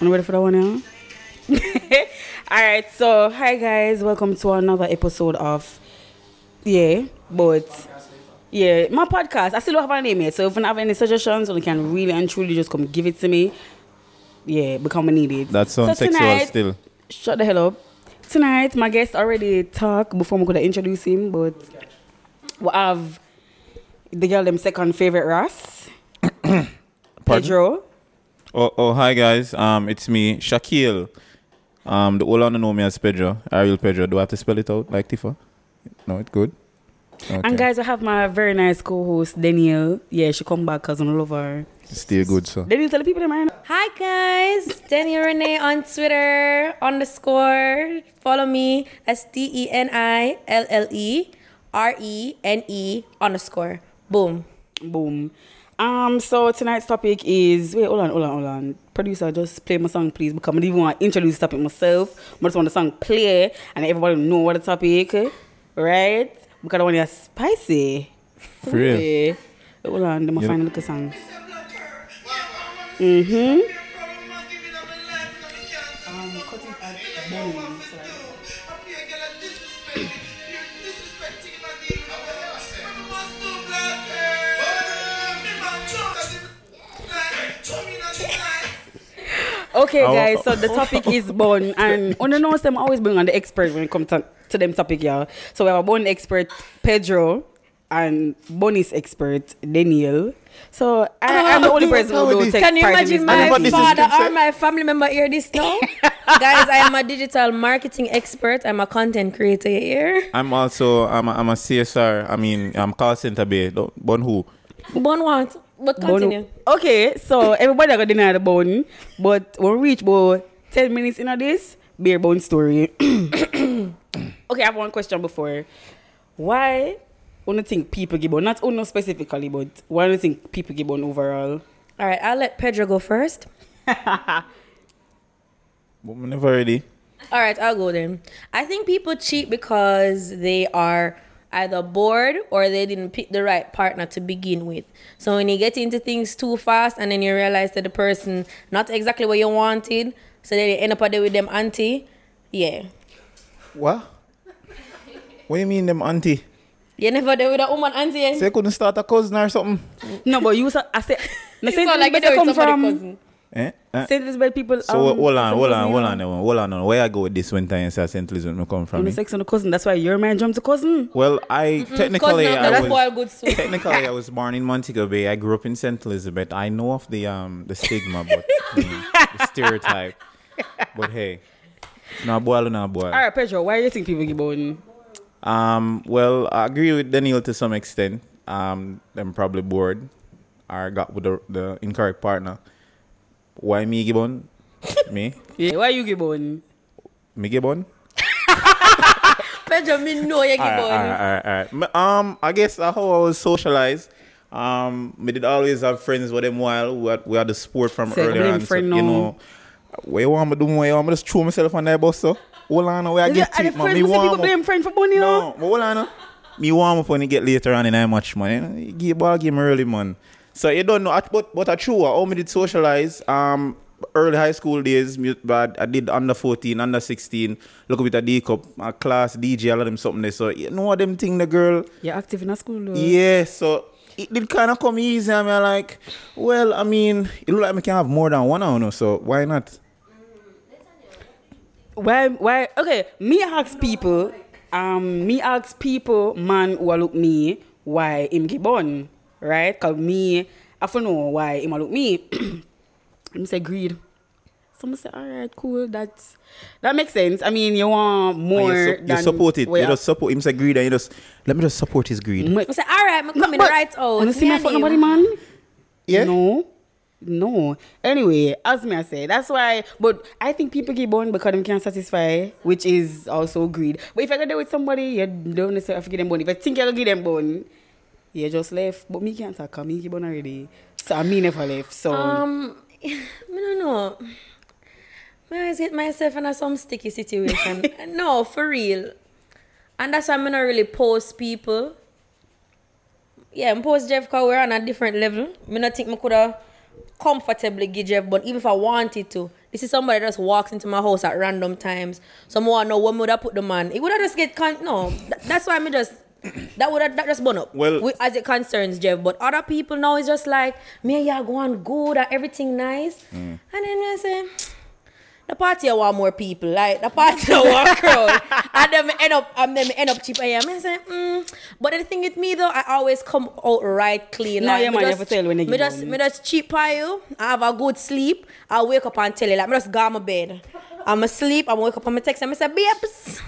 I'm ready for that one now. All right, so hi guys, welcome to another episode of yeah, but yeah, my podcast. I still don't have a name yet, so if you have any suggestions, or you can really and truly just come give it to me. Yeah, become needed. That sounds so sexual tonight, still. Shut the hell up. Tonight, my guest already talked before we could introduce him, but we have the girl them second favorite Ross, Pedro. Oh, oh, hi guys. Um, it's me, Shaquille. Um, the old one know me as Pedro, Ariel Pedro. Do I have to spell it out like Tifa? No, it's good. Okay. And guys, I have my very nice co-host Danielle. Yeah, she come back cause I love her. still good, so. Danielle, tell the people them right now. Hi guys, Daniel Renee on Twitter underscore. Follow me. That's D E N I L L E R E N E underscore. Boom. Boom. Um. So tonight's topic is wait, hold on, hold on, hold on. Producer, just play my song, please, because I don't even want to introduce the topic myself. I just want the song play and everybody know what the topic, right? Because I want it spicy. For real? Yeah. Hold on, let me find a little song. Mm-hmm. Okay, I wa- guys. So the topic is born, and on the nose, them always bring on the expert when it comes to, to them topic, yeah. So we have a born expert, Pedro, and bonus expert, Daniel. So I, I'm the only person who will take Can you part in imagine this my Remember this is father or consent? my family member hear this now? guys, I am a digital marketing expert. I'm a content creator here. I'm also I'm a, I'm a CSR. I mean, I'm call center bay. Don't born who? Bon want, but continue. Bone- Okay, so everybody got deny the bone, but when we reach about 10 minutes into this, bare bone story. okay, I have one question before. Why don't you think people give on? Not only specifically, but why do you think people give on overall? All right, I'll let Pedro go first. But we never ready. All right, I'll go then. I think people cheat because they are either bored or they didn't pick the right partner to begin with. So when you get into things too fast and then you realize that the person not exactly what you wanted, so then you end up out there with them auntie. Yeah. What? What do you mean them auntie? You never there with a woman auntie. eh? Say couldn't start a cousin or something? No, but you sa- I said, I It's said not this like you better there with come somebody from. cousin. Eh? Eh? Saint Elizabeth people. So um, hold on, cousin hold on, cousin, hold you on, know? hold on, on. Where I go with this when time say St. Louis when I come from? You know, eh? sex on the cousin. That's why you're my jump to cousin. Well, I technically cousin, I that's was, boiled good soup. technically I was born in Montego Bay. I grew up in St. Elizabeth. I know of the um the stigma, but you know, the stereotype. But hey, no boil, no boil. All right, Pedro. Why do you think people give on? Um, well, I agree with Daniel to some extent. Um, I'm probably bored or got with the, the incorrect partner. Why me gibbon? me? Yeah, why you give on? Me gibbon? Pedro, me know you give Alright, on. alright, alright, alright. M- Um, I guess uh, how I was socialized. Um, we did always have friends with them while we had, we had the sport from Say, earlier blame on. So, friend you now. know, where you want me to do? Where you want me to just throw myself on that bus? So, hold on, where I Is it- get are the cheap, man. friends, Me you see people warm blame up. friend for bunny, No, but hold on. uh. Me warm up when it get later on in that much, man. You know, Give ball game early, man. So you don't know, at- but but I true. uh, How me did socialize? Um, early high school days, me- but I did under fourteen, under sixteen. Look up with a D cup, a class DJ, all of them something there. So you know what them thing, the girl. You're active in a school. though. Yeah, so it did kind of come easy. I mean, I like, well, I mean, it look like me can have more than one, I don't know. So why not? Why? Why? Okay. Me ask people. Um. Me ask people. Man, who a look me. Why him give on? Right? Cause me, I don't know why him a look me. I'm say greed. Someone say, all right, cool. That's that makes sense. I mean, you want And more. you, su- you than support it. what You just support him. Say greed, and you just let me just support his greed. Mm, I say, all right, I'm coming but- right out. Wanna see Me oh, my and fuck him. nobody, man? Yeah. No. No. Anyway, as me I say, that's why. But I think people get born because them can't satisfy, which is also greed. But if I go there with somebody, you don't necessarily have to give them born. If I think you're gonna give them born, you just left. But me can't talk. Me give born already. So I me never left. So Um, I don't know. I always get myself in a some sticky situation. no, for real. And that's why I'm not really post people. Yeah, I'm post Jeff because we're on a different level. I not think I could have comfortably give Jeff, but even if I wanted to, This is somebody that just walks into my house at random times. Someone know when would I put the man? It would have just get con- no. Th- that's why me just that would that just burn up. Well- We- as it concerns Jeff, but other people now is just like me and y'all going good and everything nice, and then I say. The party I want more people, like the party I want crowd, and then me end up, and then me end up cheap. I am, I say, mm. but the thing with me though, I always come out right clean. No, like, yeah, me man, you just- have to tell when you me give just, up. me just cheap by you. I have a good sleep. I wake up and tell you, like, me just go on my bed. I'm asleep. I wake up on my text and I say, babes,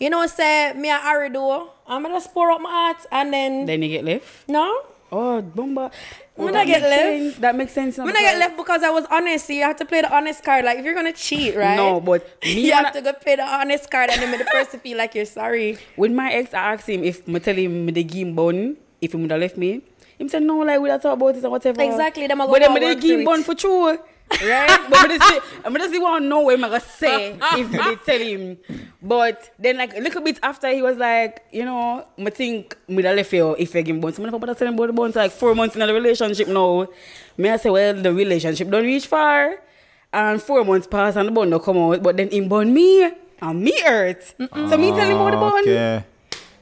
you know, say me a hurry though. I'm gonna just pour out my heart and then Then you get left. no. Oh, bomba. Oh, When that I get makes left? sense. That makes sense. now When I get because- left because I was honest, you have to play the honest card. Like if you're gonna cheat, right? No, but me you when have I- to go play the honest card and then make the person feel like you're sorry. When my ex, I asked him if I tell him the game bun, if he would have left me. He said, no, like, we have thought about this or whatever. Exactly, them a go But go then I the work game through it. bun for true. Right? but I just, I just want to know what I'm going to say if they tell him. But then, like, a little bit after, he was like, you know, I think I would have left you if I game bun. So I'm going to tell him about the bun. So, like, four months in a relationship now. Me, I say, well, the relationship don't reach far. And four months pass and the bun don't come out. But then him bun me. And me hurt. So me tell him about the bun. Ah, Okay.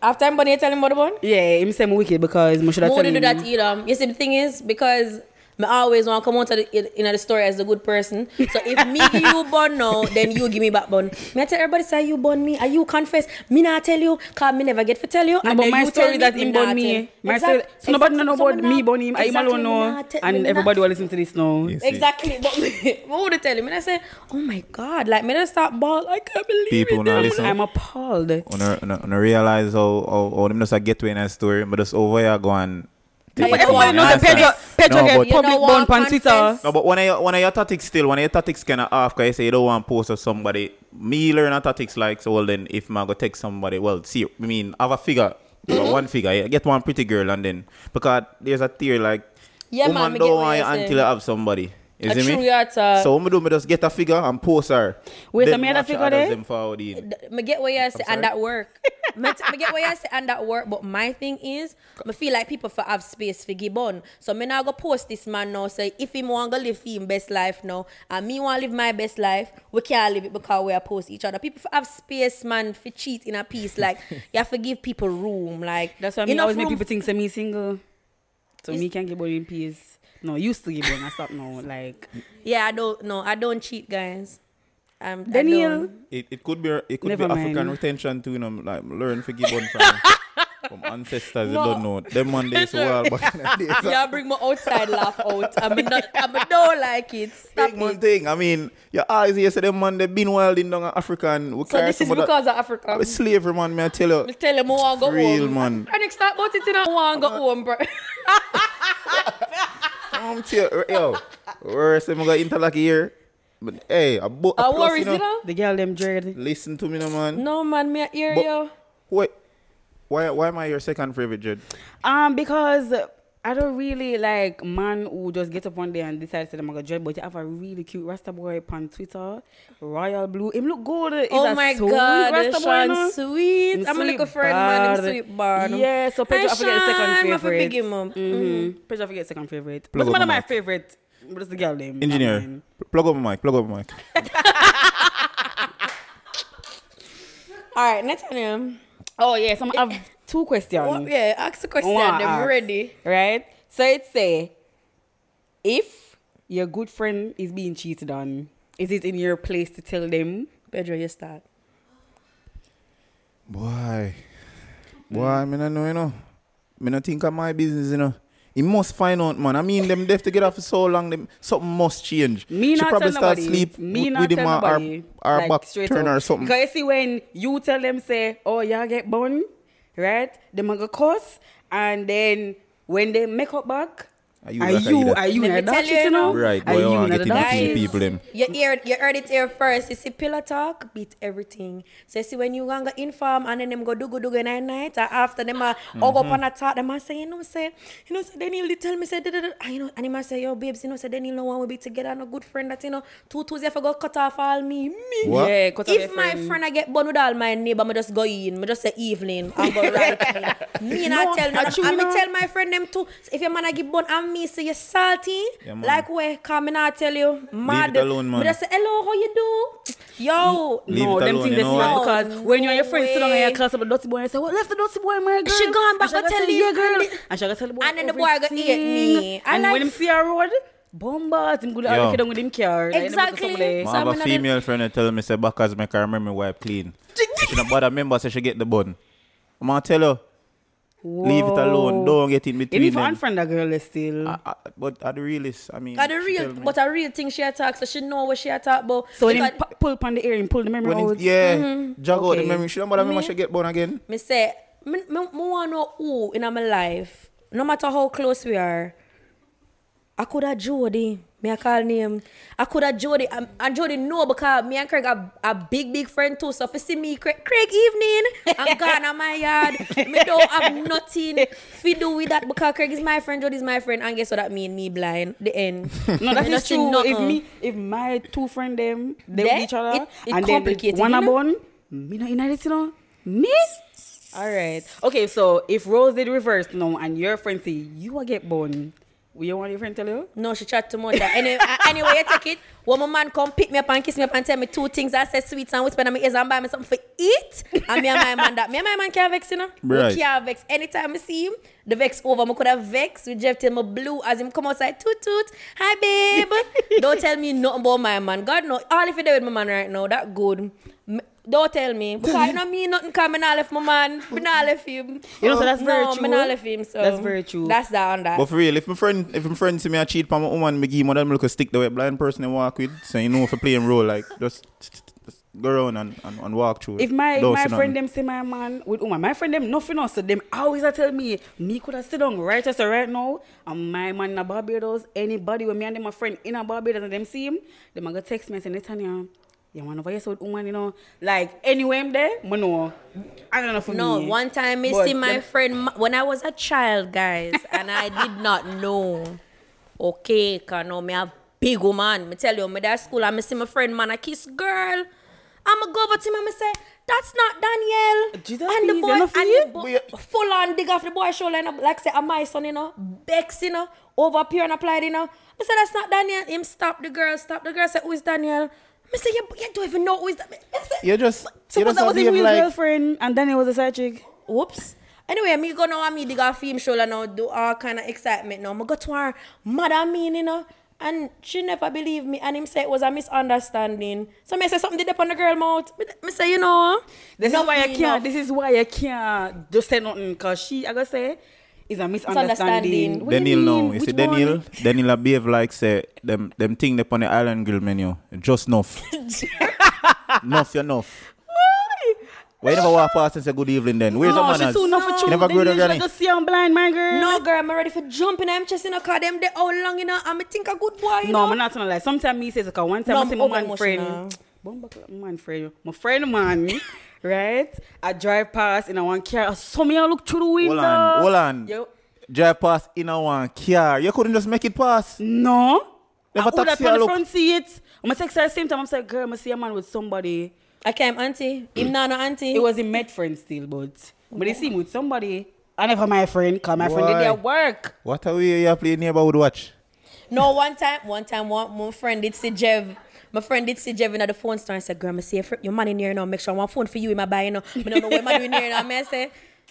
After I'm bunny, tell him what about. Yeah, him say me wicked because me should have More told to him. do that either. You see, the thing is because me always want to come out of the, in the story as the good person. So if me give you bun now, then you give me back bun. Me I tell everybody say you bun me, and you confess. Me not tell you, cause me never get to tell you. No, and but then my you tell story that me, him nah born me. tell. My Exact- story, so nobody exact- know so about me nah- born him. I am exactly, alone me know, nah tell- me and nah- everybody will listen to this now. Yes. See. Exactly, but what would I tell him? And I say, oh my god, like me just start ball. I can't believe People it. not now. listen. I'm appalled. On a, on a, on a realize how, how, how them just a get to in a story, but just over here go and. take but it from everybody you, knows that understand? Pedro, Pedro No, get but- You public know what, bun on Twitter. confess. No, but one of your, one of your tactics still, one of your tactics kind of off, because you say you don't want to post of somebody. Me learn a tactics like, so well then, if I go take somebody, well, see, I mean, have a figure, well, one figure, yeah, get one pretty girl, and then, because there's a theory like, Yeah, man, woman me get don't what want you you're saying. until I have somebody. You A see true me? yata. So what me do, me just get a figure and post her. Wait, so Then me had a watch figure others there? Them forward in. Th- me get what you say sorry? and that work. me, t- me get what you say and that work. But my thing is, me feel like people for have space for give on. So me now go post this man now say if him want go live him best life now and me want live my best life, we can't live it because we are post each other. People for have space man for cheat in a piece. Like you have to give people room. Like That's why me enough always make room people think say me single, so Is- me can get born in peace. No, used to get born. I stop now. Like Yeah, I don't. No, I don't cheat, guys. Um, Daniel. I don't. It, it could be it could Never be mind. African retention too, you know, like learn forgive on from, from ancestors. You No. don't know them one day so well back in the days. Yeah, bring my outside laugh out. I'm not. I'm don't like it. Stop Big man it. thing. I mean, your eyes here say them man they been wilding down in African. We So carry this is some of that- because of Africa. With slavery man, may I tell Me you. tell him I want to go Real home. man. And next start about it, you know, I want Uh, to go home, bro. I'm tell you, yo. Worse, I'm gonna interlock here. But hey, a, bo- a I plus, worry, you Uh, you know. know. the girl them dread. Listen to me, no man. No man, me hear But- you. Wait, why why am I your second favorite, Jed? Um, because I don't really like man who just get up one day and decides that I'm gonna dread, but you have a really cute Rasta boy on Twitter, Royal Blue. Him look good. He's Oh a my sweet God, Rasta boy, you know? Sean, sweet. Him I'm a sweet little friend, man. Him bird. sweet barn. Yeah, so Pedro, I forget the second Sean, I favorite. forget him, mom. Mm-hmm. Pedro, I forget second favorite. Plug What's one of up my my mic. favorite? What's the girl name? Engineer, Not mine. pl- plug up my mic. Plug up my mic. All right, Nathaniel. Oh yeah, so I have two questions. What, yeah, ask the question. Wanna I'm ask, ready. Right? So it say, if your good friend is being cheated on, is it in your place to tell them? Pedro, you start. Why? Why? Me not know, you know. Me not think of my business, you know. He must find out, man. I mean, them left together for so long. Them something must change. Me she not probably tell start nobody. sleep me with, not with him tell or- or- nobody, or like, back straight turn up. or something. Because you see when you tell them say, oh y'all get born, right? They a go cuss, and then when they make up back, Are you are like a you leader? are you Let me in tell that you, shit, you know? Right, boy, Are I you wanna in get into that Guys, shit? deep. people them. You heard, you heard it here first. You see, pillow talk beat everything. So you see, when you gonna inform and then them go do go do go night night, and after them a Mm-hmm. hug up on a talk, them a say, you know, say, you know, say, Daniel, they tell me, say, da, da, da. And, you know, and him a say, yo, babes, you know, say, Daniel, no one will be together, no good friend that, you know, two twos, you go cut off all me, me. What? Yeah, cut off your If my friend. friend I get born with all my neighbor, I just go in. I just say evening. I go right in. Me and I No, tell them. actually I me not. tell my friend them too. If your man I give born and me say you salty. Yeah, man. like where come and I tell you mad. it alone, man. But I say hello, how you do? Yo, Leave no, it them alone, things they you know smart what? because No when you and your friends sit down in your way. class about dirty boy and say, "What left the dirty boy, my girl?" She gone And back, she go gonna tell say, you, "Yeah, girl," and the- and she gonna tell the boy, and then the boy go eat everything. me. I And like- when him see her road, bombas, him good Yo. like down with him car. like, them Exactly. somebody. I So have I'm a not female friend that tell me say backers make her remember wipe clean. she don't bother member say she get the bun. I'm gonna tell her leave it alone. Whoa. Don't get in You between need to them. Ah. unfriend that girl eh, still. I, I, but at the realest, I mean, Got a she real, tell me. but a real thing she attack, so she know what she attack about. so when She him got- pu- pull up on the ear and pull the memory when out. it, yeah, jog out Mm-hmm. the Okay. Mm-hmm. memory. She don't bother member Me- she get bun again. me say, me, me, me want know who in my life, no matter how close we are, I could have Jody. Me I call name. I could have Jody. And, and Jody know because me and Craig are a big, big friend too. So if you see me, Craig, Craig evening, I'm gone at my yard. Me don't have nothing to do with that because Craig is my friend, Jody is my friend. And guess what that mean? Me blind. The end. No, that Me not is see true. If nothing. me, if my two friend them, they There, with each other, it- it and then complicated, one you a know? born, me not in this, you know, me. All right. Okay, so if Rose did reverse now, and your friend say you a get born, will you want your friend tell you? No, she chat too much. Any, anyway, you take it. When my man come pick me up and kiss me up and tell me two things, I said sweets and whisper in my ears and buy me something for eat. And me and my man that. Me and my man can't vex, you know? Right. We can't vex. Anytime I see him, the vex over. I could have vexed with Jeff till my blue as him come outside, toot toot. Hi, babe. Don't tell me nothing about my man. God know. All if you do with my man right now, that good. M- Don't tell me. Because you know me nothing coming I left my man. Me not left him. You know, so that's no, very me true. not left him. So That's very true. That's that on that. But for real, if my friend, if my friend see me a cheat on my woman, me give him them look a stick the way blind person and walk with. So you know if I play him role, like just, just go around and, and, and walk through. If my if Don't my sit down. friend them say my man with woman, my friend them nothing else. So them always a tell me me could have sit down right as right now. And my man in a Barbados, anybody with me and them a friend in a Barbados and them see him, them a go text me and say Netanya, you man over here so with woman, you know, like anywhere I'm there, me know. I don't know for No, me. one time I But see my them- friend ma- when I was a child, guys, and I did not know. Okay, cause now me a big woman. Me tell you, me that school, and me see my friend man, I kiss girl. I'ma go over to him and me say, that's not Danielle. Jesus, and the please, boy, you're not for you? and the boy, full on dig off the boy shoulder, and like say, am my son, you know, Bex, you know, over up here and applied, you know. Me say, that's not Danielle. Him stop the girl, stop the girl, say, who is Danielle? Me say, you, you don't even know who is that. Me say, you just, you Suppose just that have was his behave real like girlfriend and then it was a side chick. Whoops. Anyway, me go now and me dig a film shoulder now, do all kind of excitement now. I go to her, mad at me, you know. And she never believed me. And him say it was a misunderstanding. So me say something did up on the girl mouth. Me, me say, you know. This enough is why I me can't. enough. This is why I can't just say nothing. Cause she, I gotta say, is a misunderstanding. Misunderstanding. What do you Daniel mean? now. You Which see one? Daniel, Daniel a behave like say them them thing upon the island grill menu. Just enough. enough, you enough. Why you never walk past and say good eveling then? Where's no, the she's manners? too enough for No. you. You never Then you grew to just granny. go see I'm blind, my girl. No, girl, I'm ready for jumping. I'm chasing a car. Them they all long, you know. I'm think a good boy, you No, know. I'm not gonna lie. Sometimes me says, okay, one time No, I see I'm my over man emotional. friend, Bumba clap, man friend, my friend man, right? I drive past in a one car. I saw me I look through the window. Hold on, hold on. Yo, Drive past in a one car. You couldn't just make it pass. no. Never I would have taxi, I the look. front seat. I'm gonna text her at the same time. I'm like, girl, I see a man with somebody. I came auntie. Him not no auntie. It was a med friend still, but but they see him with somebody. I never my friend, cause my friend Why? did their work. What are we you play neighborhood watch? No, one time, one time, one my friend did see Jev. My friend did see Jev at the phone store and said, Girl, I see your, fr- your man in here now. Make sure I want phone for you in my buy now. I don't know where man in here now. Me I say,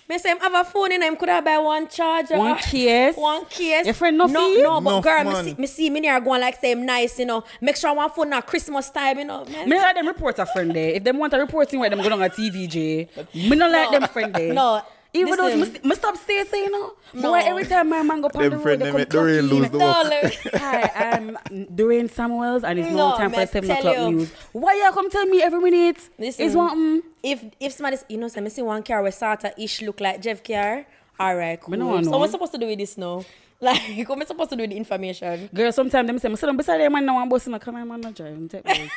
me say, I have a phone in him. Could I buy one charger? One case? One case. Your friend no No, fee? no, but No, girl, me man. see, me see me near going like say him nice, you know. Make sure I want phone now Christmas time, you know. Me- Me not like them report a friend there. If them want a reporting right, them go on a TVJ. Me not like No. them friend there. No. Even though Listen. me stop saying you know. No. Boy, every time my man go on the Them road, friend they them come make Doreen clock in. lose the war. no, look. Hi, I'm Doreen Samuels, and it's no, No, time me for seven tell o'clock you. news. Why y'all come tell me every minute? Listen. It's one. mm, if if somebody you know, say me see one car where Sata ish look like Jeff car. All right, cool. no wanna So know. what's supposed to do with this now? Like, what am I supposed to do with the information? Girl, sometimes them say, "Me sit down beside them man, no one bus in a car, my man not driving." Take this.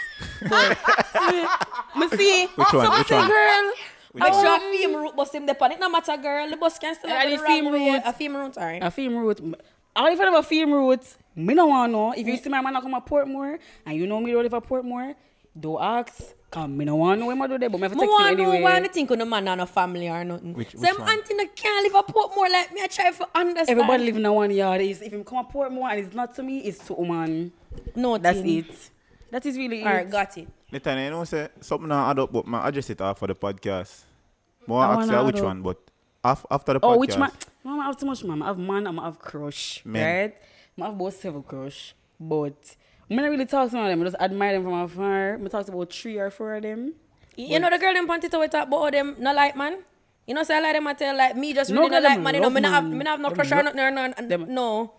But, see, me see. Which one? So me Which say, one? girl. Make sure a fem route bus him there. It no matter, girl. The bus can still And Um, Uh, the Uh, have the wrong fem way. route. A fem route, alright. A film route. m- All if I have a film route, me no want know. If you see my man not come a Portmore, and you know me road if a Portmore, do ask. Come, me no want know what I do there, but me have to I text you want anyway. know why I think on a man and a family or nothing. Which- so which I'm one? auntie no can't live a port more like me. I try to understand. Everybody live in a one yard. Is if him come up port more and it's not to me, it's to woman. No, That's thing. it. That is really All right, it. got it. Nathan, you know say something I add up, but man, I just it off for the podcast. More I ask wanna you add which up. one, but af- after the podcast. Oh, which man? Mama, I have too much, mama. I have man, I'm have crush, Men. right? I have both several crush, but I'm not really talk to some of them. I just admire them from afar. I talk about three or four of them. You know the girl them panty to we talk about how them no like man. You know say I like them I tell like me just No, really no, girl, like them man. You know love me not have man. me not have no Them crush or love- nothing or no no. them- no.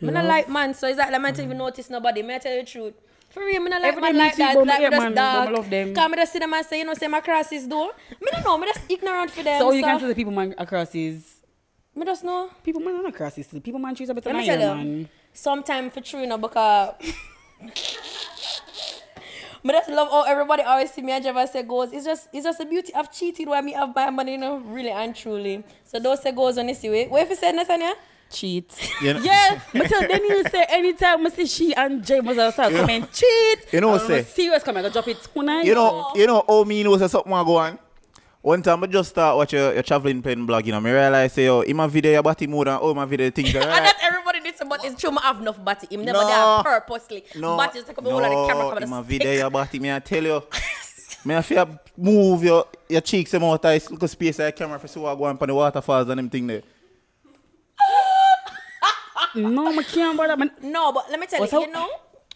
Me Love. not like man. So it's like I'm not even notice nobody. Me I tell you the truth. For real, me not like Every man day me like see that. bum Like me here, just man, but dark. me love them. Cause me just see them and say you know say my cross is door. Me don't know. Me just ignorant for them. so you can say the people man across is me just know. people man not across is the people man trees are better Let than me you, tell you. man. Sometime for true, you know, because. But that's love. Oh, everybody always see me. I never say goals. It's just, it's just the beauty of cheating where me have my money, you know, really and truly. So those say goals when you see it. What if you said Natanya? Cheat. You know, Yeah, but so then you say anytime I see she and Jay must also come and cheat. You know what I'm say? serious come I go drop it tonight. You know, you know, oh, me know say something I go on. One time I just start watch uh, your, your traveling pen blog, you know, I realize say, oh, in my video, your body more than, oh, my video, things are And right. not everybody did so, but it's true. I have enough body. Him never No. there purposely. No, Body just take up no, all of the camera in come my and video, stick. your body, me, I tell you, me, if you move your, your cheeks, some out of little space, I camera for see what go on for the waterfalls and them thing there. no, I can't bother. Man. No, but let me tell What's you, up? you know,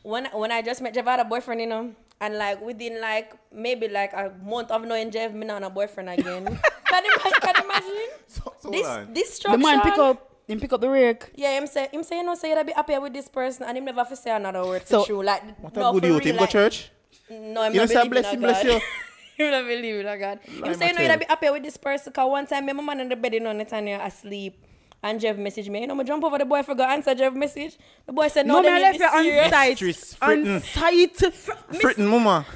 when when I just met Jeff, I had a boyfriend, you know, and like within like maybe like a month of knowing Jeff, me not on a boyfriend again. can you imagine? Can you imagine? So, so this hold on. this The structure. man pick up, then pick up the rake. Yeah, him say him say you know say you'd be happier with this person, and him never have to say another word for So, true. Like What a no, good for youth, real, him go like, church? No, I'm You know, not say, believing bless in him, a bless God. you. You don't believe in a God. Him Lie say, you know, mater. you'd be happier with this person. Cause one time, me and my man in the bed, you know, Natanya asleep. And Jeff messaged me. You know, me jump over the boy, forgot answer Jeff message. The boy said, No, no, no they man, I left need be you on serious. site. Streets, On site. Fritting mama.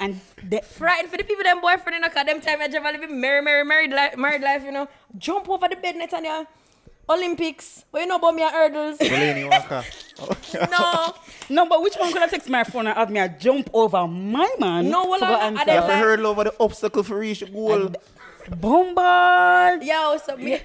And the Frightened for the people, them boyfriend, you know, cause them time I Jeff a living merry, merry, married life, married life, you know. Jump over the bed, Natanya. Olympics. What you know about me and hurdles? Delaney Walker. no. No, but which one could have text my phone and have me a jump over my man? No, well, to go I- and I You don't- have to Like- hurdle over the obstacle for reach the goal. Bombard. Yo, so me.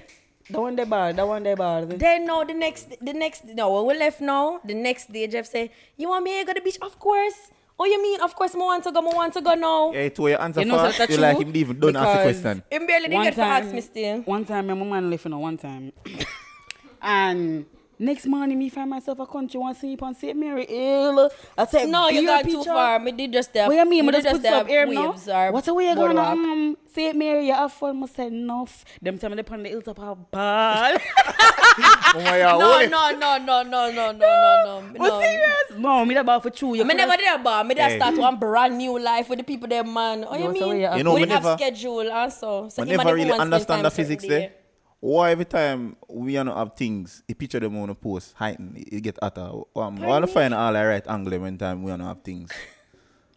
That one they bad. That one they bad. Then no, the next, the next, no, when we left now, the next day Jeff say, "You want me to go to the beach? Of course. Oh, you mean? Of course, I want to go. I want to go now. Yeah, to your answer You know, so fast, that's you like true, him even don't ask the because- question. Him barely didn't get to ask me still. one time, my man left, you know, one time. and next morning, me find myself a country, one sleep on St. Mary Hill. I said, No, you "Beer got too picture." far. Me did just that. What you mean? Me Me just put that up air now. waves or What's the way you going boardwalk. um, St. Mary, you have fun. I said, enough. Them time they on the hilltop, how bad. Oh my God, No, holy- no, no, no, no, no, no, no, no. Was serious? No, me that bad for two. You Me coulda- never did a bar. Me did Hey. start one brand new life with the people there, man. Oh, you Yo, so mean? we are- You know, we we have never- schedule also. So I him and never the really woman spend understand time the certain physics day. there. Why every time we are not have things, the picture them on a post, heighten, it it get hotter. Um, why not find all the right angle when time we are not have things?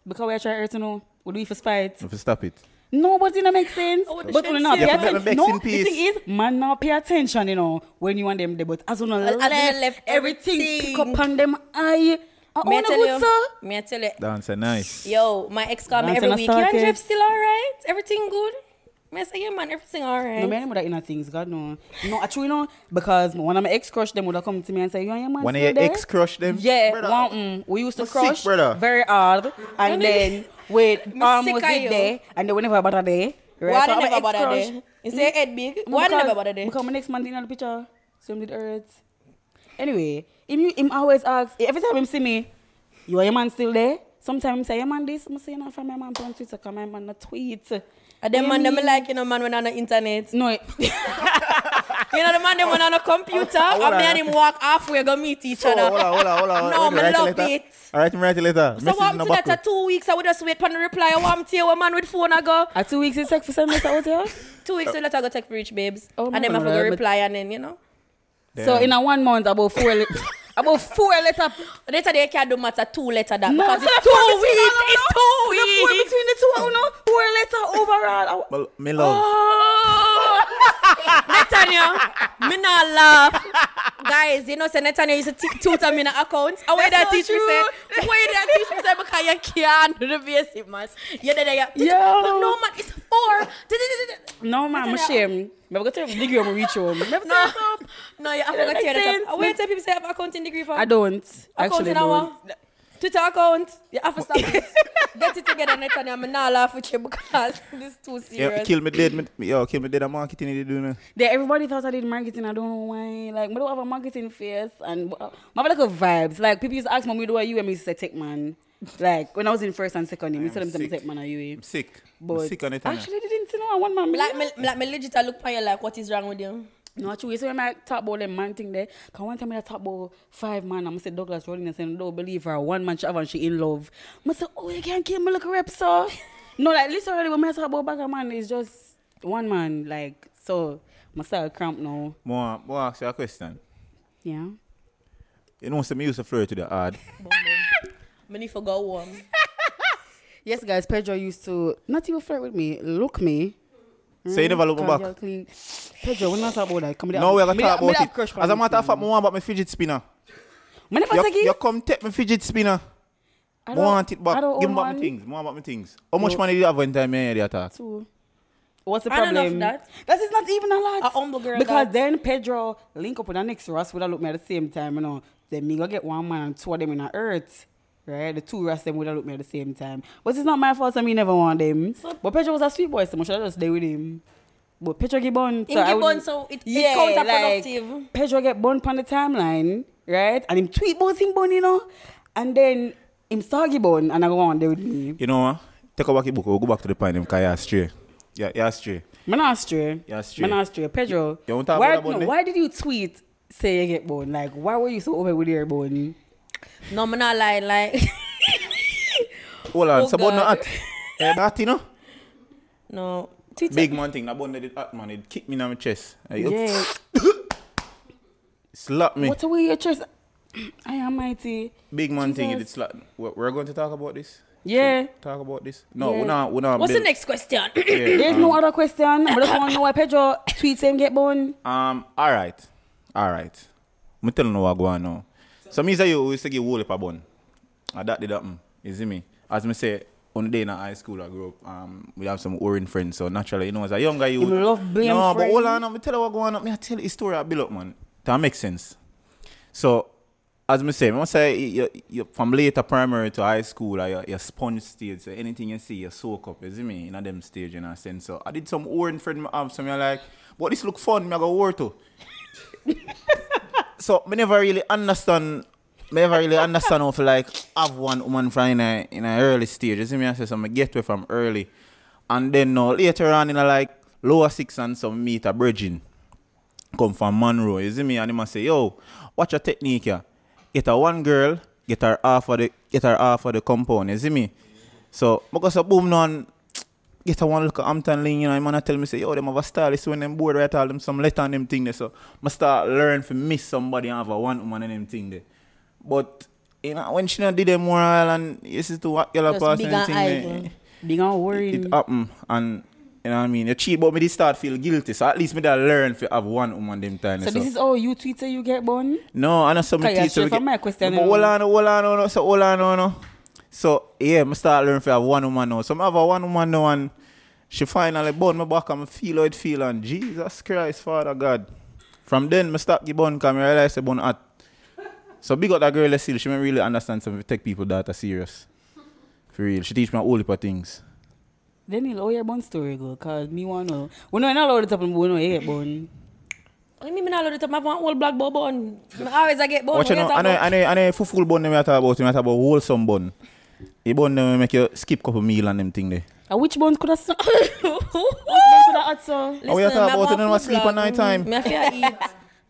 Because we are trying to know. We do it for spite. If you stop it. No, but it don't make sense. Oh, but she we not said pay that. Yeah, but attention. makes No, in the peace. thing is, man, now pay attention, you know, when you want them there. But as on a And- and I left everything, everything. pick up on them eye. I Me I own a tell good sir. you, me I tell you, Dancer nice. yo, my ex called me Dance every on a week. You and circus. Jeff still all right? Everything good? Me I say, yeah, man, everything all No, me right. and that inner things, God no. No, actually no, because one of my ex crush them would have come to me and say, "You and your man One of still your there?" ex crush them? Yeah, Brother. one, mm, we used to Me sick, crush brother. very hard, and Me then with um sick was of it you. there, and then we never about a day. Right? So Why they I'm a never bother ex-crush. there? You say head big. No, Why they because- never bother there? Because my next man didn't have the picture. So him did earth. Anyway, him, u- him always asks, every time him see me, you are your man still there? Sometimes him say, your man this, I'm saying, no, from my man on Twitter, because my man not tweet. And Ah, them You man, them mean- like, you know, man, when on the internet. No, it- You know, the man, them when on the computer. hold And me on. and him walk halfway, go meet each Oh, hold other. on, hold on, hold on. No, Okay, me write love letter. it. All right, me write a letter. So what Message in happened the to that? back. For two weeks, I would just wait for the reply. I want to a man with phone, I go. at two weeks it take for send us out here. Two weeks, later, I go take for rich babes. Oh, and them man, I go alright, but- reply, and then, you know. So Damn. in a one month, about four, le- about four letter. Later, they can't do matter two letter that. No, because so it's the four two between weeks. all of them, oh, It's two the four weeks. between the two, I don't know, four letter overall. I- Well, me love. Oh, Natanya, me not laugh. guys, you know, say Netanya used to t- tutor me in the account. I wait that That's so teach me true. say, wait that teach me say because you can't do the basic maths. You did yeah. Yo. But no man, it's four. No, man, I'm Better ashamed. But I'm going to degree when I reach home. No, no, you have to makes tear that sense. up. I wait tell people say I have accounting degree for I don't. account Actually, in don't. our Twitter account. You have to stop it. Get it together, Netanya. I'm not laugh with you because this is too Yeah, serious. kill me dead. Me, yo, kill me dead. I'm marketing it. Do now. Then everybody thought I did marketing. I don't know why. Like, I don't have a marketing face and uh, I have like a vibes. Like, people used to ask me, "What do you?" And me used to say, "Tech man." Like when I was in first and second, year, me I'm said them sick. tech man are you? I'm sick. But I'm sick on it. Actually, actually, they didn't know I want my Like, me, like, me legit, I look on you like, what is wrong with you? No, true. So when I talk about them man thing there, can one time I talk about five man, I'm say Douglas Rodin and saying, don't believe her. One man she have and she in love. I say, oh, you can't kill me like a rep, so. no, like literally when I talk about back a man, it's just one man. Like so, I start cramp now. more, more ask you a question. Yeah. You know, some use a flirt to the hard. Many forgot one. Yes, guys. Pedro used to not even flirt with me, look me. Mm, So you never look me Cardiac back. Clean. Pedro, we're not talk about that. Come No, we're gonna Me talk da- me about da it. crush for As a you, matter of fact, man. I want about my fidget spinner. Me never You, take you it. come take my fidget spinner. I I don't- want it I back. don't Give me own back my one. things. More about my things. How much money did you have one time? Yeah, the attack. too. What's the I don't problem? know if that- That is not even a lot. A humble girl Because that- then Pedro link up with the next Ross would have looked me at the same time, you know. Then me go get one man and two of them in the earth. Right? The two Ross them would have looked me at the same time. But it's not my fault, I mean never want them. but Pedro was a sweet boy, so I should just stay with him. But Pedro get born. Him get born, so it- it counterproductive. Like, Pedro get born on the timeline, right? And him tweet about him born, you know. And then him start get born and I go on there with me. You know what? Take a back your book. We'll go back to the point. Because you're stray. Yeah, you're stray. Man Austria. Yeah, straight. Man Austria. Pedro. You want to talk why, about that no, bone, eh? why did you tweet say you get bone? Like, why were you so over with your bone? No, I'm not lying. Like, Hold on. Oh, It's about God. no hat. Eh, That, you know? no. Twitter. Big man thing. That bone did hat, man. It kicked me in my chest. And you Yeah. Slap me. What away your chest? I am mighty. Big man thing. It did Jesus. slap. We're we're going to talk about this? Yeah. Talk about this? No, Yeah. we're not. We're not. What's the built- next question? Yeah, um, There's no other question. But I just want to know why Pedro tweet him get bone. Um, all right, all right. I'm telling you what going on. now. So me say you we used to give wool up a bun. And that did happen. You see me? As me say, on the day in high school I grew up, um, we have some orange friends. So naturally, you know, as a younger you, You love blame no, but friend. hold on. I'm tell you what going on. Me I tell you the story I build up, man. That makes sense. So as me say, me say you, you, from later primary to high school, like, your, your sponge stage, so anything you see, you soak up, you see me, in a them stage, you know, sense. So I did some orange friend me have, so me like, but this look fun, me I go war to. so me never really understand me never really understand how to like have one woman from in a in a early stage. You see me I say so me get away from early. And then now later on in a like lower six and some meet a bridging. Come from Monroe, you see me, and him a say, yo, watch your technique here. Get a one girl, get her half of the get her half of the compound, you see me? So because of boom on get a one look at Hampton Lane, you know, man a tell me say, yo, them have a stylist when them board right all them some letter on them thing there. So I start learn to miss somebody and have a one woman and them thing there. But you know, when she not did them more and you see to what yellow Just pass big and them and thing idle. there, Being all worried. it happen and you know what I mean? You cheat, but me did start feel guilty. So at least me did learn to have one woman them time. So there. this is all you tweet say you get bone? No, I know some Okay, yeah, teacher. sure, we for get- my question, But um, hold on, hold on, hold on, so hold on, hold on. So yeah, I start learning to have one woman now. So I have a one woman now, and she finally born me back and I feel how it feel. And Jesus Christ, Father God. From then, I stop give bun because I realize I bun hot. So big up that girl, still. She may really understand something. Take people that are serious. For real. She teach me all heap of things. Then he'll owe your bone story go, cause me wanna know. We know not all the top but we know you get bone. I mean, all the time I want old black bobo on. Always I get born. Watch you know, I know, I know, I know, full bun them I talk about, I talk about wholesome bun. The bun them make you skip couple meal and them thing there. And which bones could have so Oh, could have so? What you talk about? You don't sleep at night time. Mm-hmm. Me fear eat.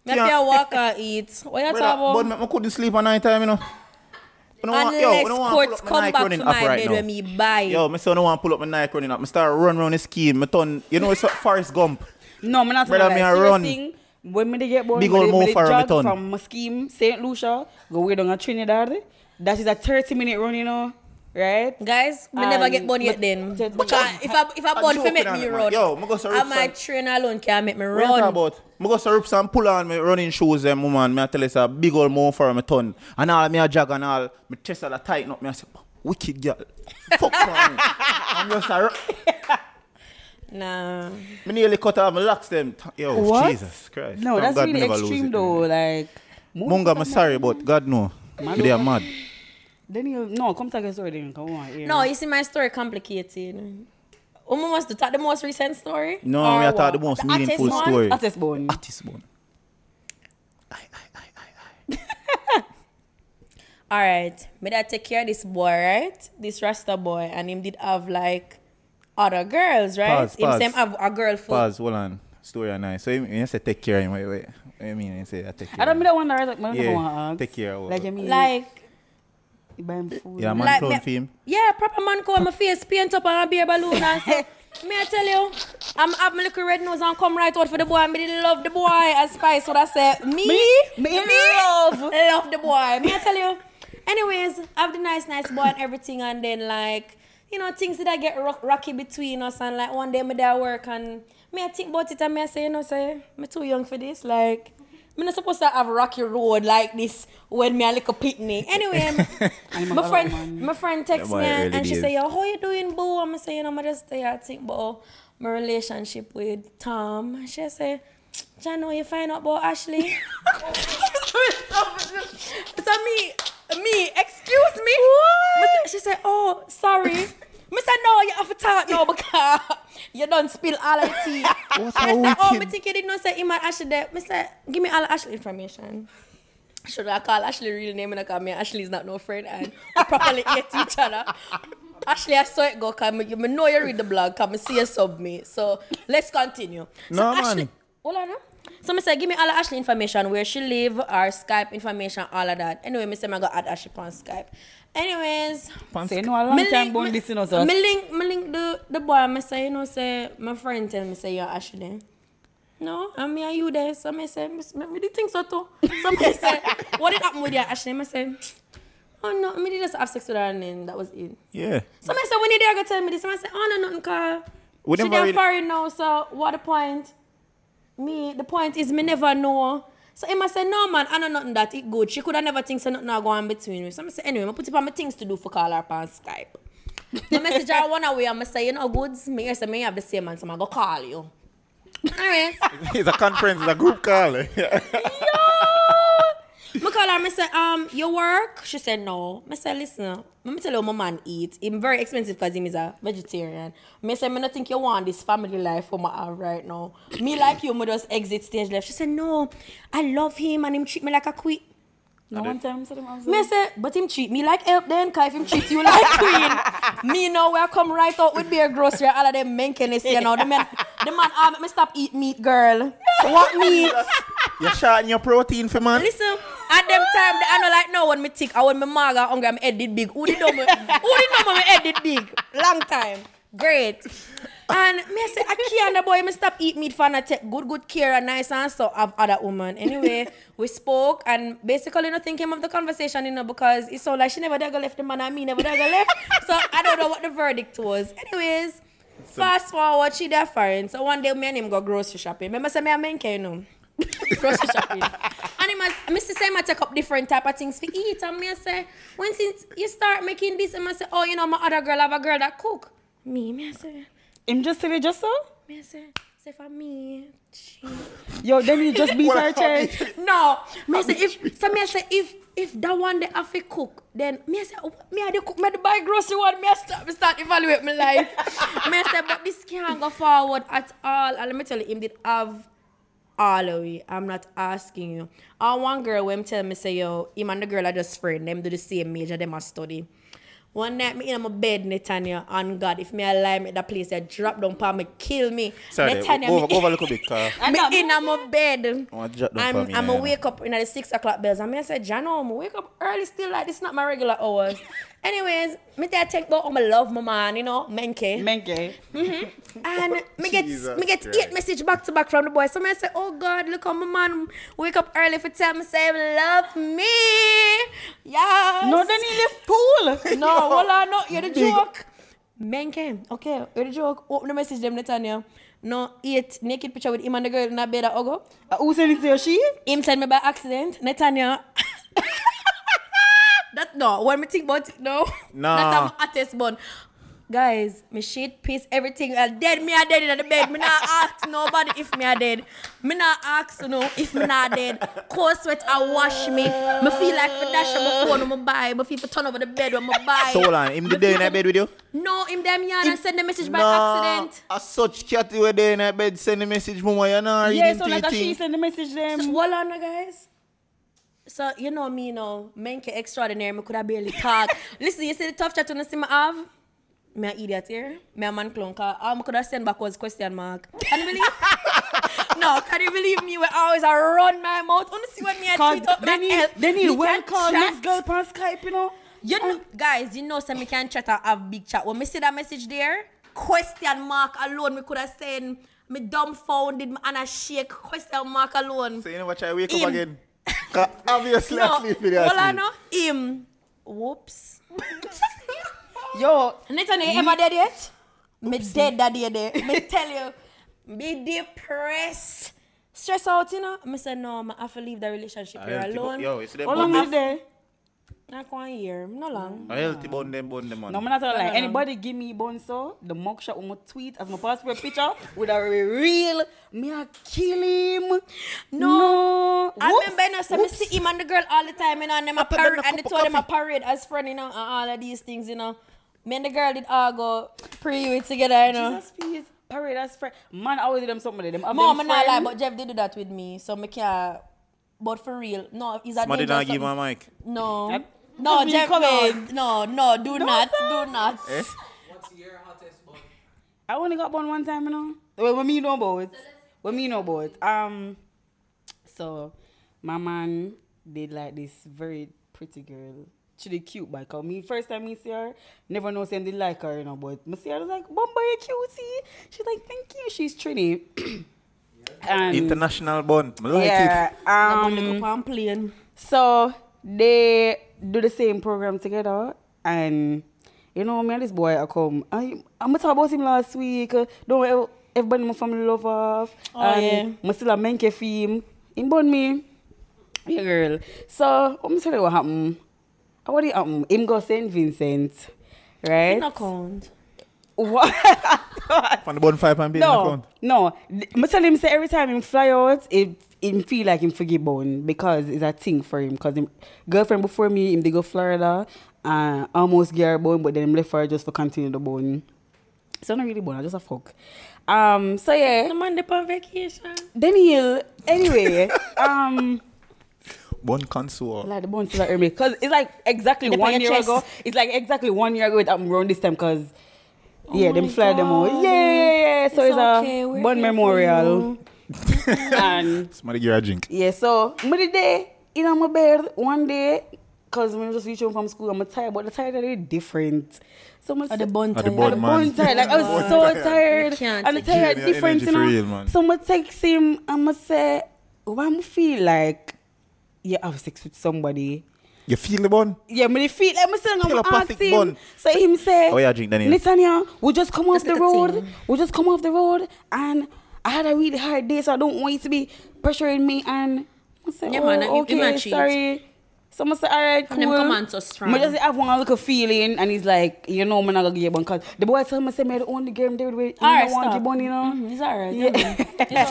Me Yeah. fear walk and eat. What you Brother, talk But about? me, me couldn't sleep at night time, you know. I don't want- yo, I Unless don't want to pull courts up my come Nike back running to up my right bed now. when me buy. Yo, me son don't want to pull up my Nike running up. Me start run round the scheme. Me turn, you know, it's a Forrest Gump. No, I'm not Brother, gonna me lie. a Serious run. Thing, when me dey get born, Big me ol' dey- me Mo dey Farah me jog turn. from Musqueam, St. Lucia, go way down to Trinidad. That is a 30 minute run, you know. right? Guys, me And never get born me- yet then. just- Because if I if I born joking fi make on me it, man. run. Yo, me go search And my some- train alone can make me What you talking run. about? I go to some pull on my running shoes, them woman. Me I tell you, it's a big old mouth for my ton. And all me a jog and all, my chest all tighten up. Me I say, wicked girl. Fuck man. I'm just a, Nah. me nearly cut off my locks them. Yo, What? Jesus Christ. No, Thank that's God me really never lose extreme it, though. man. Like, move Munga, the I'm sorry, but God no. They are mad. Daniel, no, come tell us story, Daniel. Come on. Yeah. No, you see my story complicated. Uma wants to talk the most recent story. No, Or me I thought the what? most hottest meaningful one? story. At this bone. Artist one. I, I, I, I, I. All right, me that take care of this boy, right? This Rasta boy, and him did have like other girls, right? Pause, him pause. same have a girl for Pause, hold on. Story and I. So you, you say take care. Wait, wait. What you mean? You say I take care. I don't mean that one that I like, man, Yeah, yeah. want to ask. take care, well. Like, I mean, like, like you buy him food. Yeah, man like clown me- film. Yeah, proper man come my face paint up and a beer balloon and say, me I tell you, I'm have my little red nose and come right out for the boy and me did love the boy as spice. So I say, me, Me- me love. love the boy. Me I tell you. Anyways, have the nice, nice boy and everything and then like, you know, things that I get rock, rocky between us and like one day me there work and me I think about it and me I say, you know, say, me too young for this, like. Me not supposed to have rocky road like this when me a little pitney. Anyway, I'm a my friend, man. my friend text Yeah, me boy, it and really she is. say, "Yo, how you doing, boo?" I'm saying, "I'm just stay I think about my relationship with Tom." And she say, "Jano, you find out about Ashley?" so me, me, excuse me. Me say- She said, "Oh, sorry." Me say, "No, you have to talk now because you don't spill all of the tea." What I a said, "Oh, me wicked- think you didn't know say him and Ashley there." Me say, "Give me all of Ashley information." Should I call Ashley real name and I call me Ashley is not no friend and we properly hate each other. Ashley, I saw it go come you me know you read the blog, come see you sub me. So let's continue. So No, man. Ashley Hold on. huh? So me say, give me all of Ashley information, where she live, our Skype information, all of that. Anyway, me say I go add Ashley on Skype. Anyways, Say, no, a long me time link- bone me- this, you know, so. Me link, me link the, the boy, I say, you know, say, my friend tell me, say, you're Ashley. No, and me and you there. So I say, me, me, me did think so too. So I say, what did happen with you, Ashley? I say, oh no, me did just have sex with her and then that was it. Yeah. So I say, when you there, go tell me this. I say, oh no, nothing, car. We She never done really- foreign now, so what the point? Me, the point is me never know. So Emma said, no man, I know nothing that it good. She could have never think so nothing I go on between me. So I say, anyway, I put up on my things to do for call her up on Skype. The message her one away, I'm say, you know, goods, me here say, me have the same man, so I go call you. All right. it's a conference, it's a group call. I call her, I say, um, you work? She said, no. I said, listen, let me tell you what my man eat. It's very expensive because him is a vegetarian. I said, I don't think you want this family life for my have right now. Me like you, I just exit stage left. She said, no, I love him and him treat me like a queen. No one time, said him, I was Me like, say, but him treat me like help then, cause if him treat you like queen, me know where I come right out with beer grocery, all of them men can see, you know, the man, the man, ah, make me stop eat meat, girl. What meat? You're shorting your protein for man. Listen, at them time, I know like now when me tick, I when my maga hungry, I'm head did big. Who did know me? Who did know me? My head did big. Long time. Great. And me I say, I can't, the boy, me stop eat meat for and I take good, good care and nice and so of other woman. Anyway, we spoke and basically nothing came of the conversation, you know, because it's so like she never dagger left the man and me never dagger left. so I don't know what the verdict was. Anyways, fast forward, she there foreign. So one day me and him go grocery shopping. Remember, say me and men you know grocery shopping. And him as- Mr. say I take up different type of things for eat. And me I say, when since you start making this, and I say, oh, you know, my other girl have a girl that cook. Me, me I say, him just said it just so? me I say, say for me. She... Yo, then he just beat her What a- chest. No, me I say if so me I say if if that one day I fi cook, then me I say oh, me I dey cook, me I dey buy grocery one, me I start, me start evaluate my life. me I say but this can't go forward at all. And let me tell you, him did have all of it. I'm not asking you. And one girl when him tell me say yo, him and the girl I just friend, them do the same major, them a study. One night me in my bed, Netanya, and God, if me a lie, me that place, I drop down, pa me kill me. Sorry, go Netanya, over, me- go over a little bit. uh, car. And me that in I'm a bed. Oh, drop down I'm, for me I'm now, a wake up in the six o'clock bells. I mean, I said, Jano, I'm a wake up early still. Like, this not my regular hours. Anyways, me dad think about how I love my man, you know, Menke. Menke. And me get Jesus me get Christ. eight message back to back from the boy. So I say, oh God, look how my man wake up early for tell me say he love me. Yes. No, they need a pool. No, hold on, no, you're the Big- joke. Men came. Okay, you're the joke. Open the message them, Netanya. No, eight naked picture with him and the girl in a bed at Ogo. Uh, who sent it to you? She? Him send me by accident. Netanya. that no, when me think about it, no. Nah. That's how my hottest bun. Guys, me shit, piss, everything. I dead, me I dead in the bed. Me not ask nobody if me I dead. Me not ask you know if me not dead. Cold sweat, I wash me. Me feel like for dash on my phone when me buy. Me feel for turn over the bed when me buy. So hold on, him the day in that bed with you? No, him them yarn and send the message by accident. A such cat you were there in that bed, send a message, mama, you know, Yeah, so like uh, she send the message them. So, hold on, guys. So, you know me now, men can extraordinary, me could have barely talk. Listen, you see the tough chat when you see me have? Me an idiot here. Me a man clown, cause all me could have sent back was question mark. Can you believe? no, can you believe me? We always a run my mouth. Wanna see when me a Cause tweet up they my need, health? they need We well can call chat. next girl on Skype, you know. You know, guys, you know, so me can chat and have big chat. When me see that message there, question mark alone, me could have said, me dumbfounded, me and a shake, question mark alone. So you know what, I wake Him. up again. 'Cause Obviously, I No, sleep with well, I you. know him. Whoops. Yo, Nathan, you ever dead yet? Me dead that day there. Me tell you, be depressed. Stress out, you know. Me say no, I have to leave the relationship here alone. Yo, it's them how long is bun. there? Not one year, no long. A healthy bun, them bun, them man. No, I'm not gonna lie. no, no. Anybody give me bonso, the mug shot with my tweet as my passport picture with a real, me a kill him. No. I Whoops. remember, you know, so me Whoops. see him and the girl all the time, you know, and them a put them in parade, a and the cup two of of them a coffee. parade as friend, you know, and all of these things, you know. Me and the girl did all go pre-weed together, you know. Jesus, please. Parade as friend. Man, I always do them something with them. Have Mom them and I lie, friend. but Jeff did do that with me, so me can't. But for real, no, is that Somebody dangerous not give something? my mic. No, Yep. no, Be Jeff, no, covered. no, no, do not, do not. Eh? What's your hottest bun? I only got one one time, you know. Well, when me know about it, when me know about it. Um, so my man did like this very pretty girl. She did cute, but cause me first time me see her, never know saying did like her, you know. But me see her I was like, "Bumba, you cutie." She's like, "Thank you." She's Trini. and International bun. I like it. yeah, I'm um, gonna go and play. so they do the same program together, and you know, me and this boy I come. I I'm talk about him last week. uh, Don't ev- everybody in my family love off. Oh, and yeah. still a menke for him. Him born me. Yeah, girl. So I'm tell you what happened. Uh, What did happen? Him go Saint Vincent, right? No count. What? From the bun five and bill in the No, front. no. I tell him say every time him fly out, it him feel like him forget bone because it's a thing for him. Cause him girlfriend before me, him they go Florida, uh, almost get her bone, but then him left her just to continue the bone. So not really bone, I just a fuck. Um, so yeah, The man dip on vacation. Daniel. Anyway, um, Bun console. like the bone still hurt me because it's like exactly Dip on one your year chest. ago. It's like exactly one year ago. It happened around this time because. yeah, Oh my them fly them out. God. Yeah, yeah, yeah. So it's, okay, a we're bone here for memorial. you. and Somebody give her a drink. Yeah, so me the day in my bed one day, cause when I just reach home from school, I'm tired, but the tired are different. So I'm At the bun At the time. bun, At the man. born tired. Like I was so tired, You can't and the take tired your different, energy you for know. real, man. So I text him. I'ma say, why me feel like you have sex with somebody? You feel the bun? Yeah, me dey feel like me still gonna ask Telepathic him. bun. So him say, Oh, yeah, drink, Daniel. Netanya, we just come off That's the the thing. road. We just come off the road, and I had a really hard day, so I don't want you to be pressuring me. And I say, Yeah, oh, man, you- you okay, might cheat. sorry. So I say, all right, cool. And them come on so strong. Me just have one little feeling, and he's like, you know, me not gonna give you one cause the boy tell me say, me the only girl him there with. All I right, don't want stop. give one, you know. Mhm, It's alright. Yeah.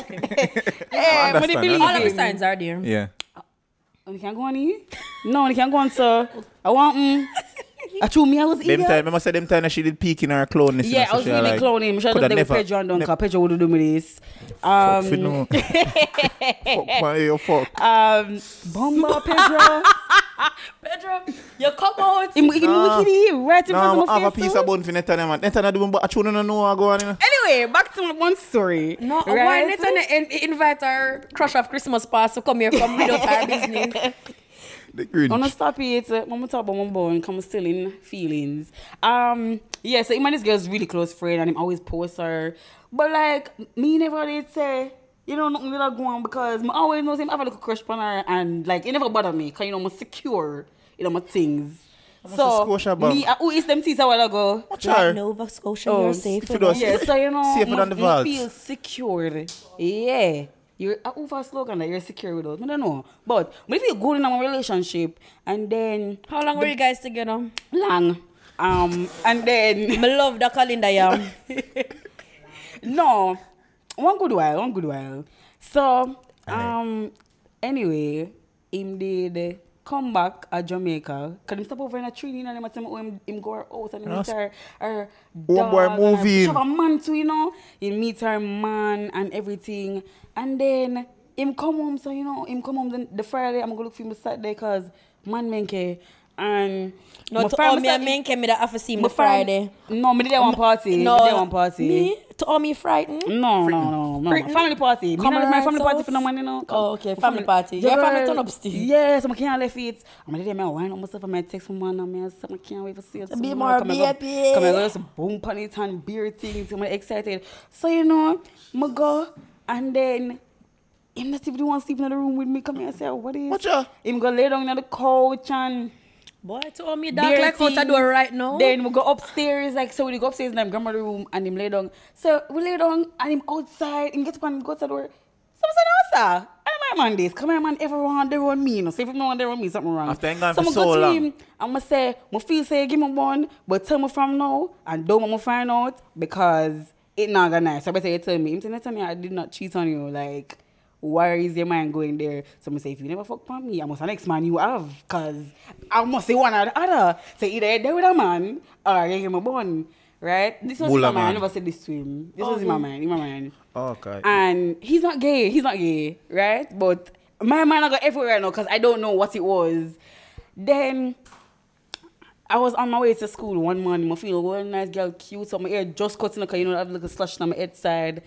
It's okay. Yeah, but they understand, believe All of the him. signs are there. Yeah. And he Oh, can't go on here. No, he can't go on, sir. I want him. I told me I was Them eager. time, remember say them time that she did peek in her clone. this Yeah, and I was so she really like, cloning. Shout coulda out to never- Pedro and never Duncan. Pedro would do me this. fuck fit Um, no. Fuck man, you fuck. um, Bomba Pedro. Pedro, you come out. Him wickedy Nah. wickedy right in Now front I of have my a face. piece too. of bun for Netanya man. Netanya doing but I tune no know I go on. You know. Anyway, back to my one story. No, why not an invite our crush of Christmas past to come here from without our business? The Grinch. Wanna stop it. Mama talk about my born, come stealing feelings. Um, yeah, so him and this girl's really close friend and him always post her. But like me never did say, you know, nothing that go on because I always know him have a little crush on her and like it never bother me because you know I'm secure in my things. So Scotia bomb? me, uh, who is them things a while ago? Watch her. Nova Scotia, Oh, you're safe. if you don't- Yeah, so you know, Safer you than the vaults. feel secured. Yeah. You're uh, a over slogan that you're secure with us. I don't know. But but if you go in a relationship and then How long were you guys together? long. Um, and then I love the calendar, yeah. no, one good while, one good while. So um, anyway, him did come back at Jamaica. Can him stop over in a Trinidad and him at some him, him go her house and him meet Yes. her her One boy dog and her- move she in. have a man too, you know. He meet her man and everything, and then him come home. So you know him come home the, the Friday. I'm gonna look for him Saturday cause man menke and my Not to friend all me said- and men came to office him My the friend- Friday. No, me did one party. No, me did one party. Me? To all me frightened? No, no, no, no. Britain? Family party. Me Come not have my around family south? party for no money, you know. Oh, okay, family party. Your family turn up still. Yes, I can't left it. I'm gonna my wine almost up. I might text someone. I mean, I can't wait for see it. Be tomorrow. more Come and BFF. go- Come and go, just boom, pan it and beer things. I'm excited. So you know, I go and then. Him not even want to sleep in the room with me. Come here and say, what is? Watch out. Him go lay down on the couch and Boy, to all me dark bare like out the things. door right now. Then we go upstairs, like so we go upstairs in my grandmother room and him lay down. So we lay down and him outside, him get up and go outside door. So I said, no, sir. And my man this, come here, man, everyone, they want me, you know. So if no one, they want me, something wrong. After him gone so for I go so to long. him, I'm gonna say, my feel say, give me one, but tell me from now, and don't want me find out because it not gonna nice. So I better you tell me. Him say, "No, tell me I did not cheat on you, like. Where is your mind going there? So I say, if you never fuck on me, I must the next man you have, cause I must say one or the other. So either you're there with a man or you give him a bun, right? This was in my Bulla mind. I man. never said this to him. This was in my mind. In my mind. Okay. And he's not gay. He's not gay, right? But my mind I got everywhere now because I don't know what it was. Then I was on my way to school one morning. I feel one nice girl, cute. So my hair just cutting because you know I have like a slush on my head side.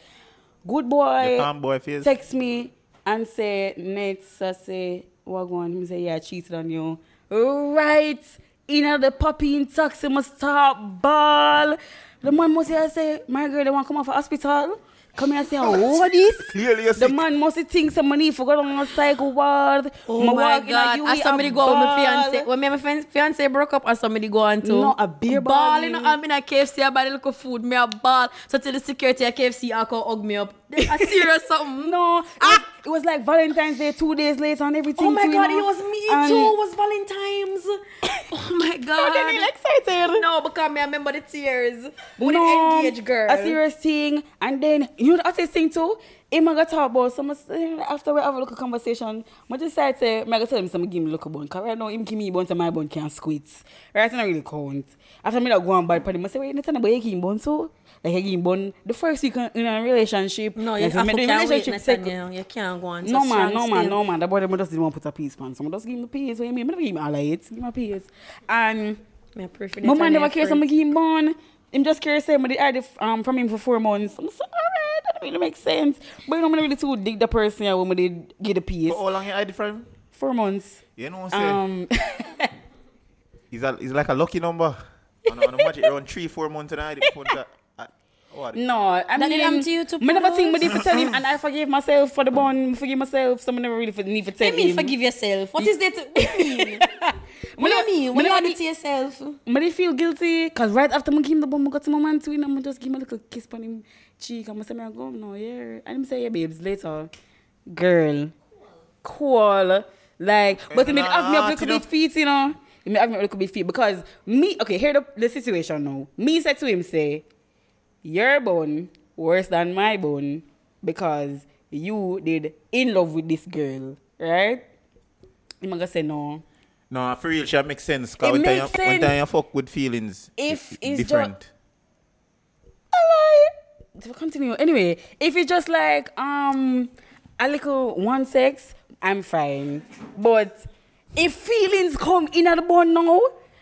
Good boy. The tomboy face. Text me and say next. I say what one. He say yeah, I cheated on you. Right. You know the puppy in taxi must stop ball. The man must say, I say, my girl, they want to come out for hospital. Come here and say, oh, what this? Clearly you're the sick. man must think some money forgot on a cycle world. Oh Me my walk in a god! UE As a somebody go out with my ball. fiance, when me and my fian- fiance broke up, and somebody go on to No, a beer ball. ball. You know, I'm in a KFC, I buy the little food, me a ball. So till the security at KFC, I call hug me up. I serious something. No, it, was, it was like Valentine's Day two days later and everything. Oh my too, you god, know? it was me And- too. It was Valentine's. oh my So they god. really excited. No, because me I remember the tears. With No, the engaged girl. A serious thing. And then, you know the other thing too? Him I got talk about some, after we have a little conversation, I decide to, I go tell him some give me a little bun. Because right now, him give me a bun, so my bun can't squeeze. Right, I don't really count. After me, I go and buy for him. I say, wait, nothing about you give him bun, so? Like, I give him bun. The first week in a relationship. no, you, like, I so me do can't him wait, second- Nathaniel. You can't go on. no So man, strong no man, still. no man. That boy them just didn't want to put a piece pants. Someone just give him the piece. What you mean? Me never give him all of it. Give him a piece. And Me I pray for my man Nathaniel never cares. first. I'm give him born. Him just care say me I um from him for four months. I'm sorry, that don't really make sense. But you know, me not really too dig the person yeah, when me did get the piece. But how long you hide it from him? Four months. You know what I'm saying? Um, He's a, he's like a lucky number. and on the magic around three, four months and I did phone that. I- What? no, I That mean, it am to you to me never produce. think me did to tell him, and I forgive myself for the bond. Forgive myself. So me never really need to tell What do you mean him. forgive yourself? What is that? What do you mean? What do you mean? When Me you never- are to yourself. But they feel guilty because right after I give him the bomb, I got to my man too, and I just give him a little kiss on him cheek. I'm say, me I go now, yeah. And I'm say, yeah, babes, later. Girl, cool. Like, but he may have me up a little bit feet, you know. He may have me up a little bit feet because me, okay, here the, the situation now. Me said to him, say, your bone worse than my bone because you did in love with this girl, right? I'm gonna say no. No, for real, she makes sense. It Cause when time, makes you- when sense. time you fuck with feelings, If it- it's different. Hello. To continue. Anyway, if it's just like um a little one sex, I'm fine. But if feelings come in at the bone now,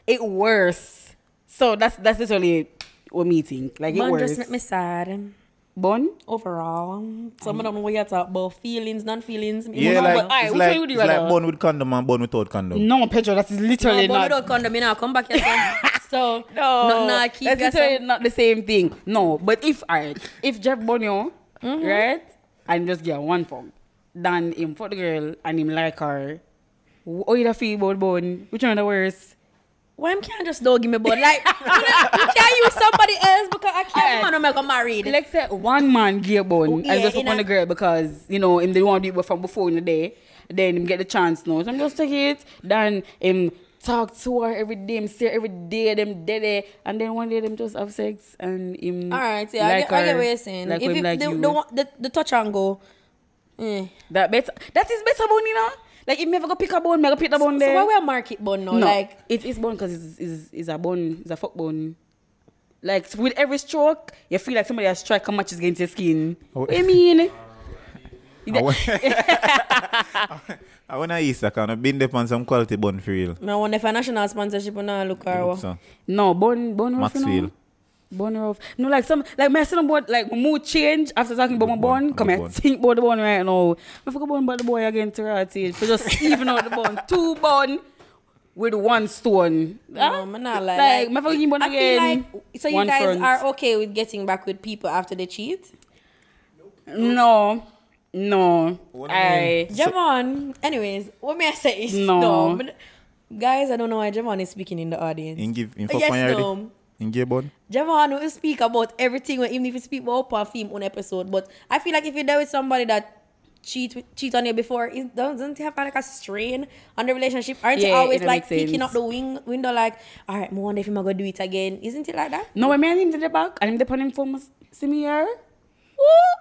it worse. So that's that's literally what me think. Like it Man, worse. just make me sad. bun? Overall, some of them we are talk about feelings, non feelings. Yeah, like, but, alright, it's which like, one would you it's like rather? bun with condom and bun without condom. No, Pedro, that is literally no, but not. without condom, you know, come back yourself. so no, no, no, keep that's literally yourself. not the same thing. No, but if I, if Jeff Bonio, Mm-hmm. right, and just get one fuck, then him fuck the girl and him like her, wh- how you da feel about bun? Which one the worst? Why I can't just dog give me but like you, know, you can't use somebody else because I Alright. can't man make a married. Let's say one man get bun Oh, Yeah, and just fuck in on a- the girl because you know him they want to do it from before in the day. Then him get the chance now. So I'm just take it. Then him talk to her every day, him see her every day, them dead and then one day them just have sex and him. All right, yeah, I, like get, I get her, what you're saying. Like if him if like the, you. the, one- the, the touch and go, eh. That better. That is better bone, you know. Like if me ever go pick a bone, me go pick a bone so there. why we a market bun now? no, Like it is bone because it's, it's, it's a bone, it's a fuck bone. Like with every stroke, you feel like somebody has struck a match against your skin. Oh. What I mean, I wa- I wanna eat that kind of been there on some quality bun for real. me I wonder if a national sponsorship and I look or what. So, no bone bone rough. You know? Maxwell. Bone rough. No, Bon Non, like some like my son about like my mood change after talking about my Good bone, bone. Come good here, bone. think about the bone right now. I forgot bone about the boy again to right age. For just even out the bone, two bone with one stone. No, me not like, Ah, like, my fucking bone I feel again. like- so you one guys front. are okay with getting back with people after they cheat? No, no. What do you I Javon, anyways, what may I say is No. no. but- guys, I don't know why Javon is speaking in the audience. In give in Uh, fuck yes, one already? no. In give bun? Javon will speak about everything, even if you speak about perfume on episode. But I feel like if you're there with somebody that cheat with- cheat on you before, it doesn't have like a strain on the relationship. Aren't you Yeah, always it like makes peeking sense. out the wing window, like, all right, I wonder if I'm gonna do it again? Isn't it like that? no. I mean, him to the back and him the him for must see me here.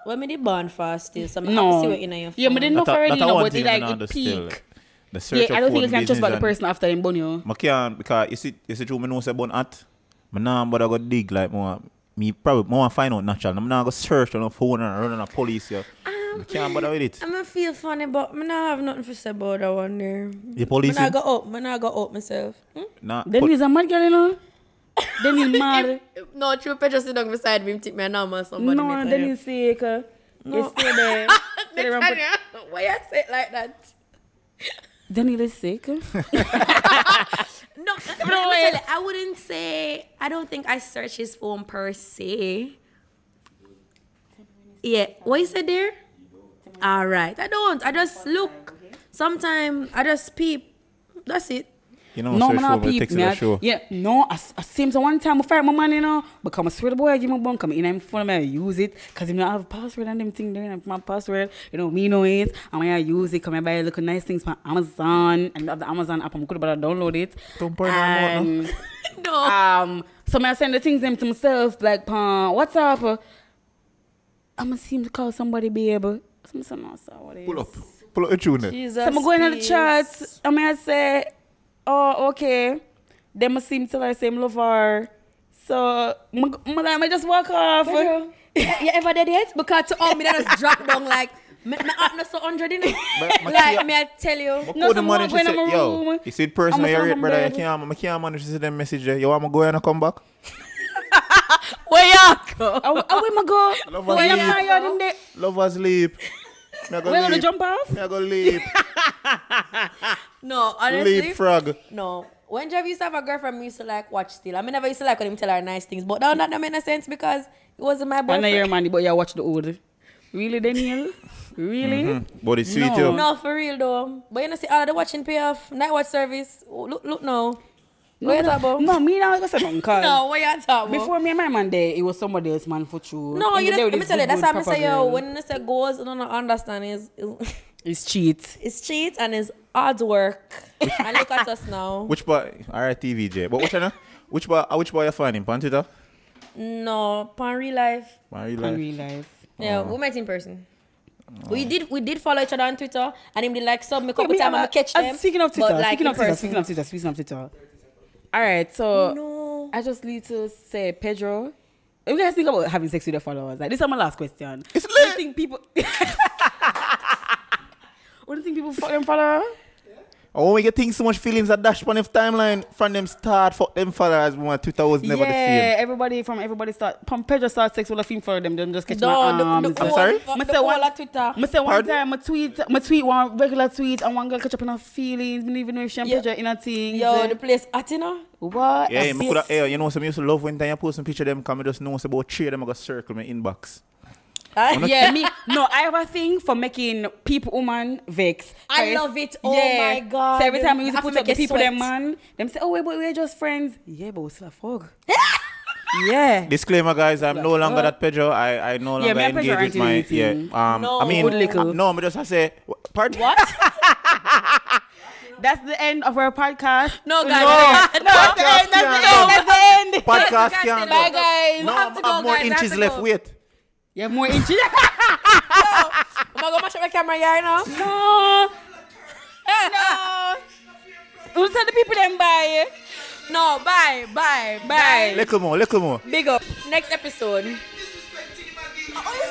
When me did burn fast, still, so I'm No, see what you know. Your yeah, but they phone. know That a- already that a know, one but they thing we don't like it understand, peak. like, The search Yeah, of I don't think you can one trust business about the and- person after him bone you. I can't because you see, you see, through me know say bun at. Me nah, but I go dig like more. Me probably more find out natural. I'm not go search on a phone and run on a police here. Ah, I can't bother with it. I'm gonna feel funny, but I not have nothing for say about that one there. The police. I go up, I not go up myself. Hmm? Nah, Then pol- he's a mad girl, you know. Then he's mad. No, true, Pedro sit down beside me, take me a number, somebody. No, and then he's sick. uh, He's still there. Still there and put- Why you say it like that? Then he is sick. No, but let me tell you, I wouldn't say. I don't think I search his phone per se. Yeah, what you said there? All right, I don't. I just look. Sometimes I just peep. That's it. you know, No, search man, I for me. peep, Text me man. a show. Yeah, no, I, I see him so one time I fight my man, you know. But come, I swear to boy, I give him a bun, come in him phone, I use it. Because him not have password and them thing there, and my password, you know, me know it. And when I use it, come I buy little nice things from Amazon. And have the Amazon app, I'm good about download it. Don't burn my remote, and, No. um, so when I send the things them to myself, like, pa, what's up? I'm going to seem to call somebody, babe. So I'm saying, no, sorry, what is Pull up. Pull up the tune. there. Jesus. so I'm going to the church. I mean, I say, oh, okay. Then I see him till I say I love her. So, I just walk off. Pedro, you you ever did it? Because to all me, that just drop down like. Me, me up not so hundred in it. But- but like yeah. me, I tell you. But No, could the some manager walk when say, I'm yo, room. you see the I'm person a here, son of a brother, I bitch. can't, I can't manage to see them message there. You want me to go and come back? Where you go? I, I Oh, where my go? Love Where and am leave. I out in there? Lovers leap. Me I go Where gonna leap. jump off? Me I go leap. No, honestly. Leapfrog. No. When Javi used to have a girlfriend, we used to like watch still. I mean, never used to like when him tell her nice things, but now that don't make no sense because it wasn't my I know boyfriend. your money, but yeah, watch the old. Really, Daniel? Really? But it's sweet, No. yo. No, for real though. But you know, see, all of the watching pay off, night watch service. Oh, Look, look now. What you talk about? No, me now I go say nothing, 'cause No, what you talk about? Before me and my man there, it was somebody else man for true. no, And you the just, day with let me this tell you, good, that's good how I Papa say, yo, girl. when you say goals, you don't understand is is it's cheat. it's cheat and it's hard work. and look at us now. Which part? Alright, TVJ. But which one? eh? Which part? Which part you find him? On Twitter? No, pan real life. Marry In life. real life. Yeah, we met in person. We did we did follow each other on Twitter and him did like sub me a Yeah, couple me, times I'm and I catch I'm them. Speaking of but, Twitter, like, speaking in of Twitter, person. speaking of Twitter, speaking of Twitter. All right, so No. I just need to say, Pedro, you guys think about having sex with your followers. Like, this is my last question. It's Do you lit. think people? What do you think people fuck them follower? Oh, we get things so much feelings at dash one if timeline from them start fuck them followers when Twitter was never yeah, the same. everybody from everybody start. From Pedro start sex with a film for them. Them just catch my No, the, arms. the, I'm whole- sorry? the Me say whole one- of Twitter. Me say one Pardon? time, me tweet, me tweet one regular tweet, and one girl catch up in her feelings. Me don't even know if she and Yeah. Pedro in a thing. Yo, the place at you know? what? Yeah, a me coulda- eh, you know, some used to love when time you post some picture of them come, I just know it's about three of them I got circle my inbox. Ah, yeah, me. No, I have a thing for making people woman vex. Cause- I love it. Oh my God. So every time we used I to have put to up the make you people, them sweat. man, them say, oh wait, but we're just friends. Yeah, but we still a fog. yeah. Disclaimer, guys, I'm no Like, longer uh, that Pedro. I, I no Yeah, longer me and Pedro engage with aren't my yeah. relating. Um, I No. mean, Good little. no, me just I say part. What? That's the end of our podcast. No, guys. No. No. That's the end. That's the end. That's the end. Podcast Guys, can bye, guys. We No, have to I have more go, guys. We have inches to left. go. Wait. You have more inches. I'm gonna go mash up my camera here now. no. No. Who said the people them buy? No, bye, bye, bye. Bye. Little more. Little more. Big up. Next episode.